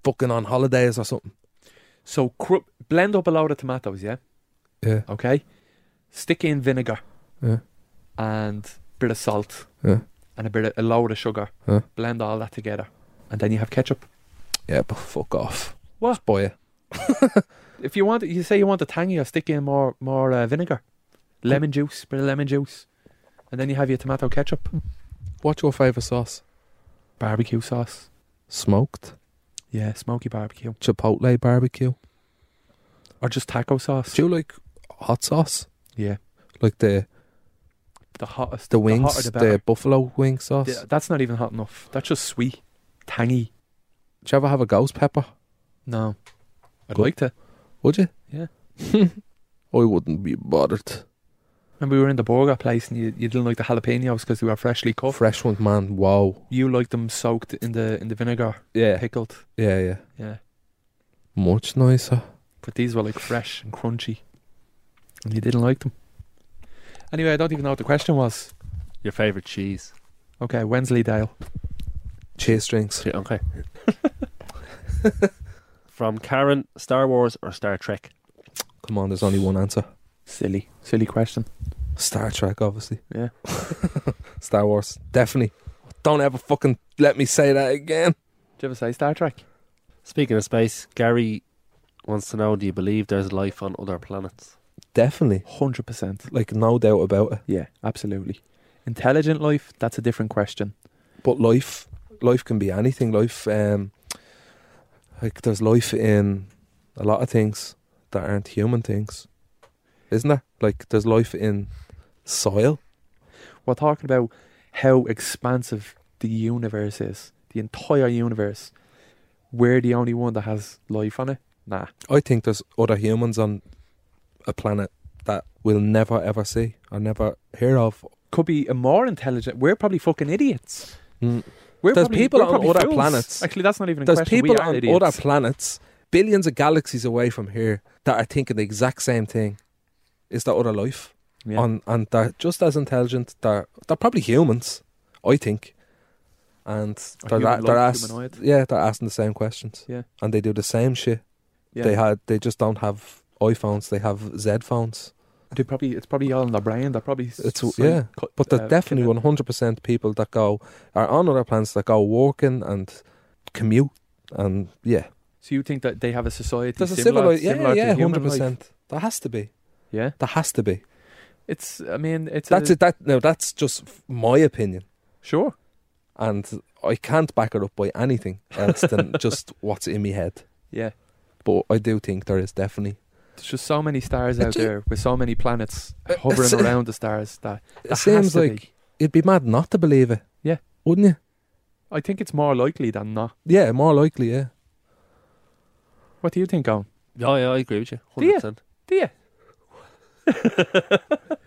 fucking on holidays or something.
So cru- blend up a load of tomatoes, yeah.
Yeah.
Okay, stick in vinegar,
Yeah.
and bit of salt,
Yeah.
and a bit of, a load of sugar.
Yeah.
Blend all that together, and then you have ketchup.
Yeah, but fuck off.
What?
Just buy it.
If you want, you say you want a tangier, stick in more more uh, vinegar, lemon juice, bit of lemon juice, and then you have your tomato ketchup,
What's your favourite sauce?
barbecue sauce.
Smoked.
Yeah, smoky barbecue,
Chipotle barbecue.
or just taco sauce.
Do you like hot sauce?
Yeah,
Like the
the hottest,
the wings,
hotter
the,
the better.
buffalo wing sauce.
Yeah, that's not even hot enough. That's just sweet, tangy.
Do you ever have a ghost pepper?
No, I'd
Good.
like to.
Would you?
Yeah.
I wouldn't be bothered.
Remember we were in the burger place and you, you didn't like the jalapenos because they were freshly cut.
Fresh ones, man. Wow.
you liked them soaked in the in the vinegar,
Yeah.
pickled.
Yeah, yeah.
Yeah,
Much nicer.
but these were like fresh and crunchy, and you didn't like them. Anyway, I don't even know what the question was.
Your favourite cheese.
Okay, Wensleydale.
Cheese drinks.
Che- Okay. From Karen, Star Wars or Star Trek?
Come on, there's only one answer.
Silly, silly question.
Star Trek, obviously.
Yeah.
Star Wars, definitely. Don't ever fucking let me say that again.
Did you ever say Star Trek?
Speaking of space, Gary wants to know do you believe there's life on other planets?
Definitely.
Hundred percent.
Like, no doubt about it.
Yeah, absolutely. Intelligent life. That's a different question.
But life, life can be anything. Life, um, like, there's life in a lot of things that aren't human things, isn't there? Like, there's life in soil.
We're talking about how expansive the universe is. The entire universe. We're the only one that has life on it. Nah.
I think there's other humans on a planet that we'll never ever see or never hear of.
could be a more intelligent. We're probably fucking idiots.
Mm.
We're
There's people
we're
on
probably
other
fools.
planets.
Actually, that's not even a
There's
question. We
people
are
on
idiots.
other planets, billions of galaxies away from here, that are thinking the exact same thing. Is that other life?
Yeah.
On and they're just as intelligent. They're they're probably humans, I think. And
Or
they're,
human-like,
they're asked,
humanoid.
yeah, they're asking the same questions.
Yeah.
and they do the same shit.
Yeah.
They had, they just don't have iPhones. They have Z phones.
They probably it's probably all in their brain. They're probably
It's
s-
yeah,
cut-
but they're
uh,
definitely
kinda-
one hundred percent people that go are on other planets that go walking and commute and yeah.
So you think that they have a society?
There's a
similar,
civilized yeah
similar
yeah
to human
hundred
life?
percent. There has to be.
Yeah,
There has to be.
it's. I mean, it's.
That's
a,
it. That no, that's just f- my opinion,
Sure.
and I can't back it up by anything else than just what's in my head.
Yeah.
But I do think there is definitely.
There's just so many stars out
do-
there with so many planets
Uh,
hovering
it's-
around the stars that,
It
that has
seems
to
like
be.
it'd be mad not to believe it.
Yeah.
wouldn't you?
I think it's more likely than not.
Yeah, more likely. Yeah,
What do you think, Owen?
Oh, yeah, I agree with you.
Do you?
100%.
Do you?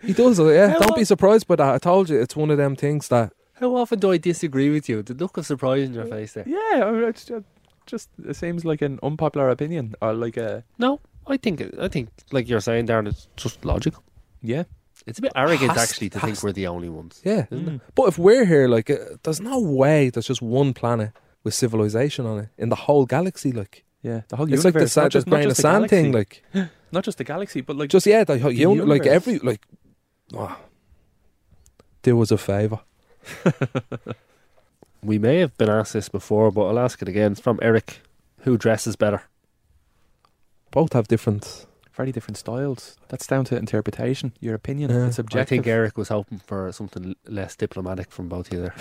he does. uh, Yeah,
How
don't be
o-
surprised by that. I told you, it's one of them things that
How often do I disagree with you? The look of surprise in your face there.
Yeah, I mean, it's just, just it seems like an unpopular opinion or like a
No, I think, I think like you're saying, Darren, it's just logical.
yeah.
It's a bit arrogant,
Has-
actually, to
has-
think we're the only ones.
Yeah. But if we're here, like, uh, there's no way there's just one planet with civilization on it in the whole galaxy. Like,
Yeah, the whole
it's
universe.
like the
not
sand, just
just, not
grain of
just the
sand
galaxy.
thing. Like,
not just the galaxy, but like
just yeah, the, whole uni- like
universe.
every like, oh, do us a favor.
We may have been asked this before, but I'll ask it again. It's from Eric. Who dresses better?
Both have different.
very different styles. That's down to interpretation, your opinion.
Yeah.
It's
I
objective.
think Eric was hoping for something l- less diplomatic from both of you there.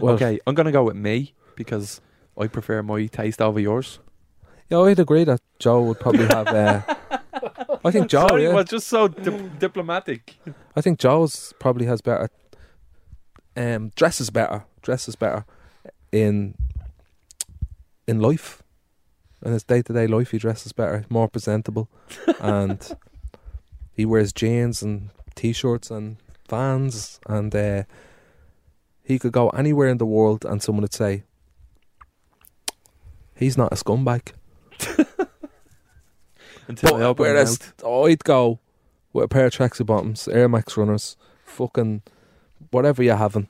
Well,
okay, I'm gonna go with me because I prefer my taste over yours.
yeah, I'd agree that Joe would probably have. Uh, I think Joe.
Sorry,
Oh, yeah.
Oh, was just so diplomatic.
I think Joe's probably has better. Um, dresses better. Dresses better in in life. In his day to day life, he dresses better, more presentable, and he wears jeans and t-shirts and vans, and uh, he could go anywhere in the world, and someone would say, "He's not a scumbag."
Until I open my
whereas
mouth.
I'd go with a pair of tracksuit bottoms, Air Max runners, fucking whatever you're having,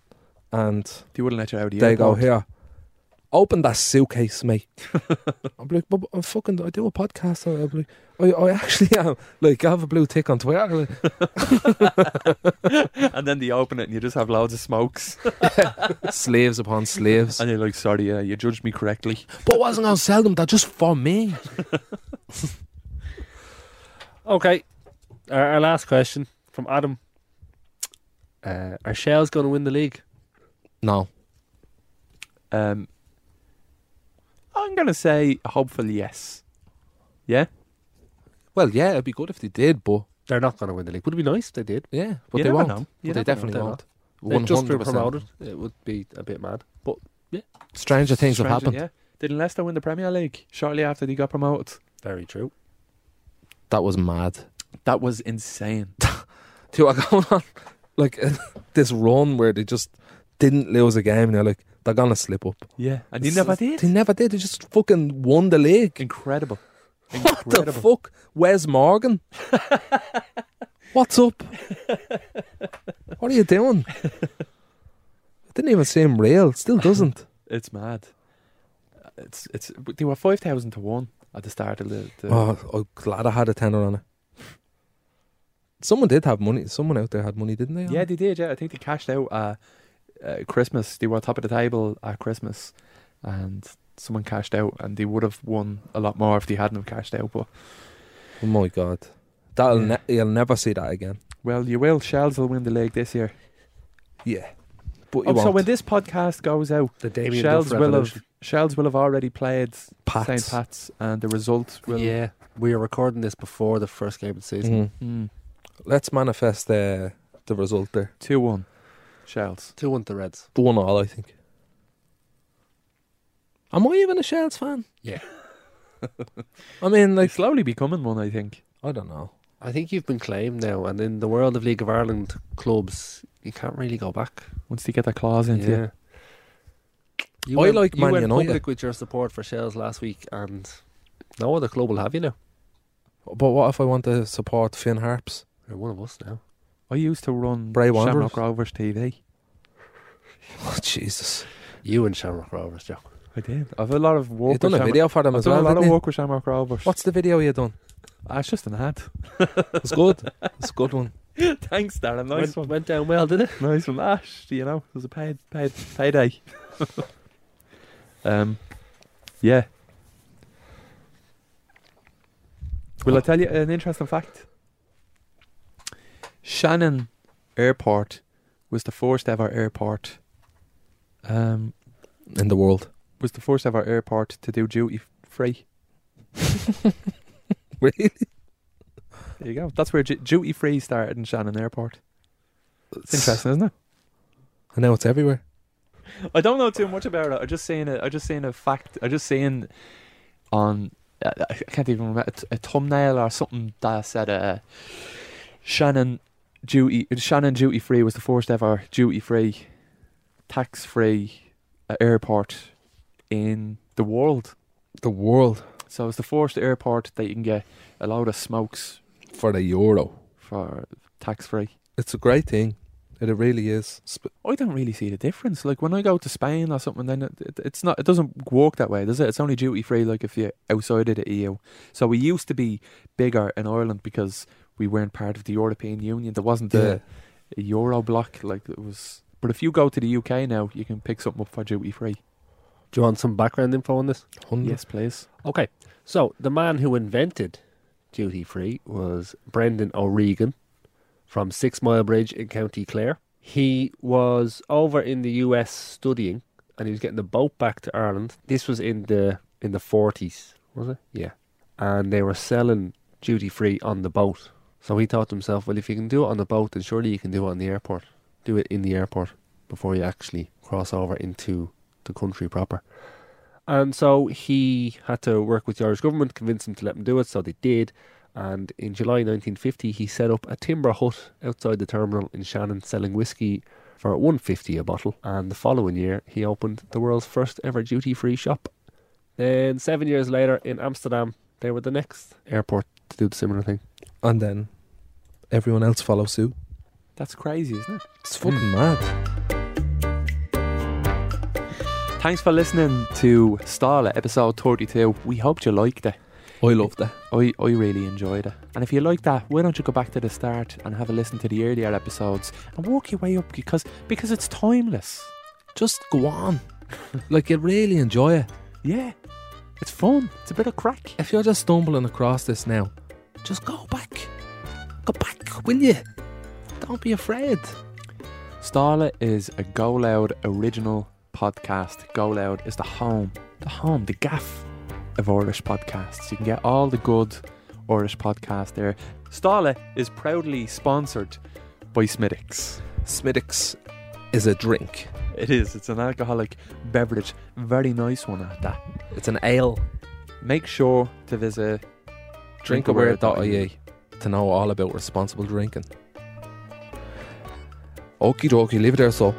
and
They wouldn't let you out of the
they go
airport.
here. open that suitcase, mate. I'm like, but but I'm fucking, I do a podcast. I, I'm like, I, I actually am. Like, I have a blue tick on Twitter. like,
and then they open it and you just have loads of smokes.
slaves upon slaves.
And you're like, sorry, uh, you judged me correctly.
But I wasn't going to sell them that just for me.
Okay. Our, our last question from Adam. Uh, are Shells going to win the league?
No.
Um, I'm going to say, hopefully, yes. Yeah?
Well, yeah, it'd be good if they did, but
They're not going to win the league. Would it be nice if they did?
yeah, but
You
they
never
won't.
know.
But
You never
they
know.
definitely
They're
won't.
They
One
just
hundred
been
percent.
promoted. It would be a bit mad. But
Stranger things have
Stranger-
happened.
Yeah. Did Leicester win the Premier League shortly after they got promoted?
very true.
That was mad.
That was insane.
Two are going on like uh, this run where they just didn't lose a game. And they're like they're gonna slip up.
Yeah. And they
It's
never
just-
did.
They never did. They just fucking won the league.
Incredible.
What the
Incredible.
fuck, Wes Morgan? What's up? What are you doing? Didn't even seem real. Still doesn't.
It's mad. Uh, It's it's they were five thousand to one at the start of the. the
Oh, I'm glad I had a tenner on it. Someone did have money. Someone out there had money, didn't they? on
yeah,
it?
they did. Yeah, I think they cashed out uh, uh, Christmas. They were top of the table at Christmas, and someone cashed out, and they would have won a lot more if they hadn't have cashed out. But
Oh my god, that'll
Yeah.
ne- you'll never see that again.
well, you will. Shells will win the league this year.
Yeah, but you
Oh, so
won't.
when this podcast goes out,
The Damien
Shells
Duff
will have
revolution.
Shells will have already played
Pats.
St. Pat's, and the result will.
yeah, we are recording this before the first game of the season.
Mm. Let's manifest uh, the result there.
two one, Shells.
Two one to the Reds.
The one all, I think. Am I even a Shells fan?
Yeah.
I mean,
They
like
slowly becoming one, I think.
I don't know.
I think you've been claimed now, and in the world of League of Ireland clubs, you can't really go back.
Once they get their claws into you.
You
I
went-
like
you
Man
went
United.
public with your support for Shells last week, and no other club will have you now.
But what if I want to support Finn Harps?
You're one of us now.
I used to run
Bray Wanderers.
Shamrock Rovers TV.
Oh, Jesus,
You and Shamrock Rovers, Joe.
I did. I've a lot of work.
you done
with
a
Shamrock-
video for them
I've
as
done
well.
a lot
didn't
of
you?
work with Shamrock Rovers.
What's the video you done?
That's just an ad.
It's good. it's a good one.
Thanks, Darren.
went, went down well, did it?
nice one, Ash. You know, it was a paid, paid, payday. um, yeah. Will I tell you an interesting fact? Shannon Airport was the first ever airport. Um,
In the world,
was the first ever airport to do duty free.
really?
There you go. That's where ju- duty free started in Shannon Airport. It's interesting, isn't it?
I know it's everywhere.
I don't know too much about it. I just seen it. I just seen a fact. I just seen on I I can't even remember a, t- a thumbnail or something that said uh, Shannon duty Shannon duty free was the first ever duty free, tax free uh, airport in the world.
The world
So it's the first airport that you can get a load of smokes
for the euro.
for tax free.
It's a great thing. It, it really is. Sp-
I don't really see the difference. Like when I go to Spain or something, then it, it, it's not. It doesn't work that way, does it? It's only duty free, like if you're outside of the EU. So we used to be bigger in Ireland because we weren't part of the European Union. There wasn't
yeah.
a, a Euro block. Like it was. But if you go to the UK now, you can pick something up for duty free.
Do you want some background info on this?
Hundred.
Yes, please.
Okay, so the man who invented duty free was Brendan O'Regan from Six Mile Bridge in County Clare. He was over in the US studying, and he was getting the boat back to Ireland. This was in the in the forties, was it? Yeah, and they were selling duty free on the boat. So he thought to himself, well, if you can do it on the boat, then surely you can do it on the airport. Do it in the airport before you actually cross over into the country proper. And Um, so he had to work with the Irish government, convince them to let him do it, so they did. And in July 1950, he set up a timber hut outside the terminal in Shannon, selling whiskey for 150 a bottle. And the following year, he opened the world's first ever duty-free shop. Then seven years later, in Amsterdam, they were the next airport to do the similar thing.
And then everyone else follows suit. Hmm.
That's crazy, isn't it?
It's fucking mad.
Thanks for listening to Starlet episode 32. We hoped you liked it.
I love that.
I, I really enjoyed it. And if you like that, why don't you go back to the start and have a listen to the earlier episodes and work your way up because because it's timeless.
Just go on. like you really enjoy it.
Yeah. It's fun. It's a bit of crack.
If you're just stumbling across this now, just go back. Go back, will you? Don't be afraid.
Starlet is a Go Loud original podcast. Go Loud is the home, the home, the gaff of Irish podcasts. You can get all the good Irish podcasts there. Starlet is proudly sponsored by Smittix.
Smittix is a drink.
It is. It's an alcoholic beverage. Very nice one at that.
It's an ale.
Make sure to visit E.
Drinkaware.ie E to know all about responsible drinking. Okie dokie, leave it there, so.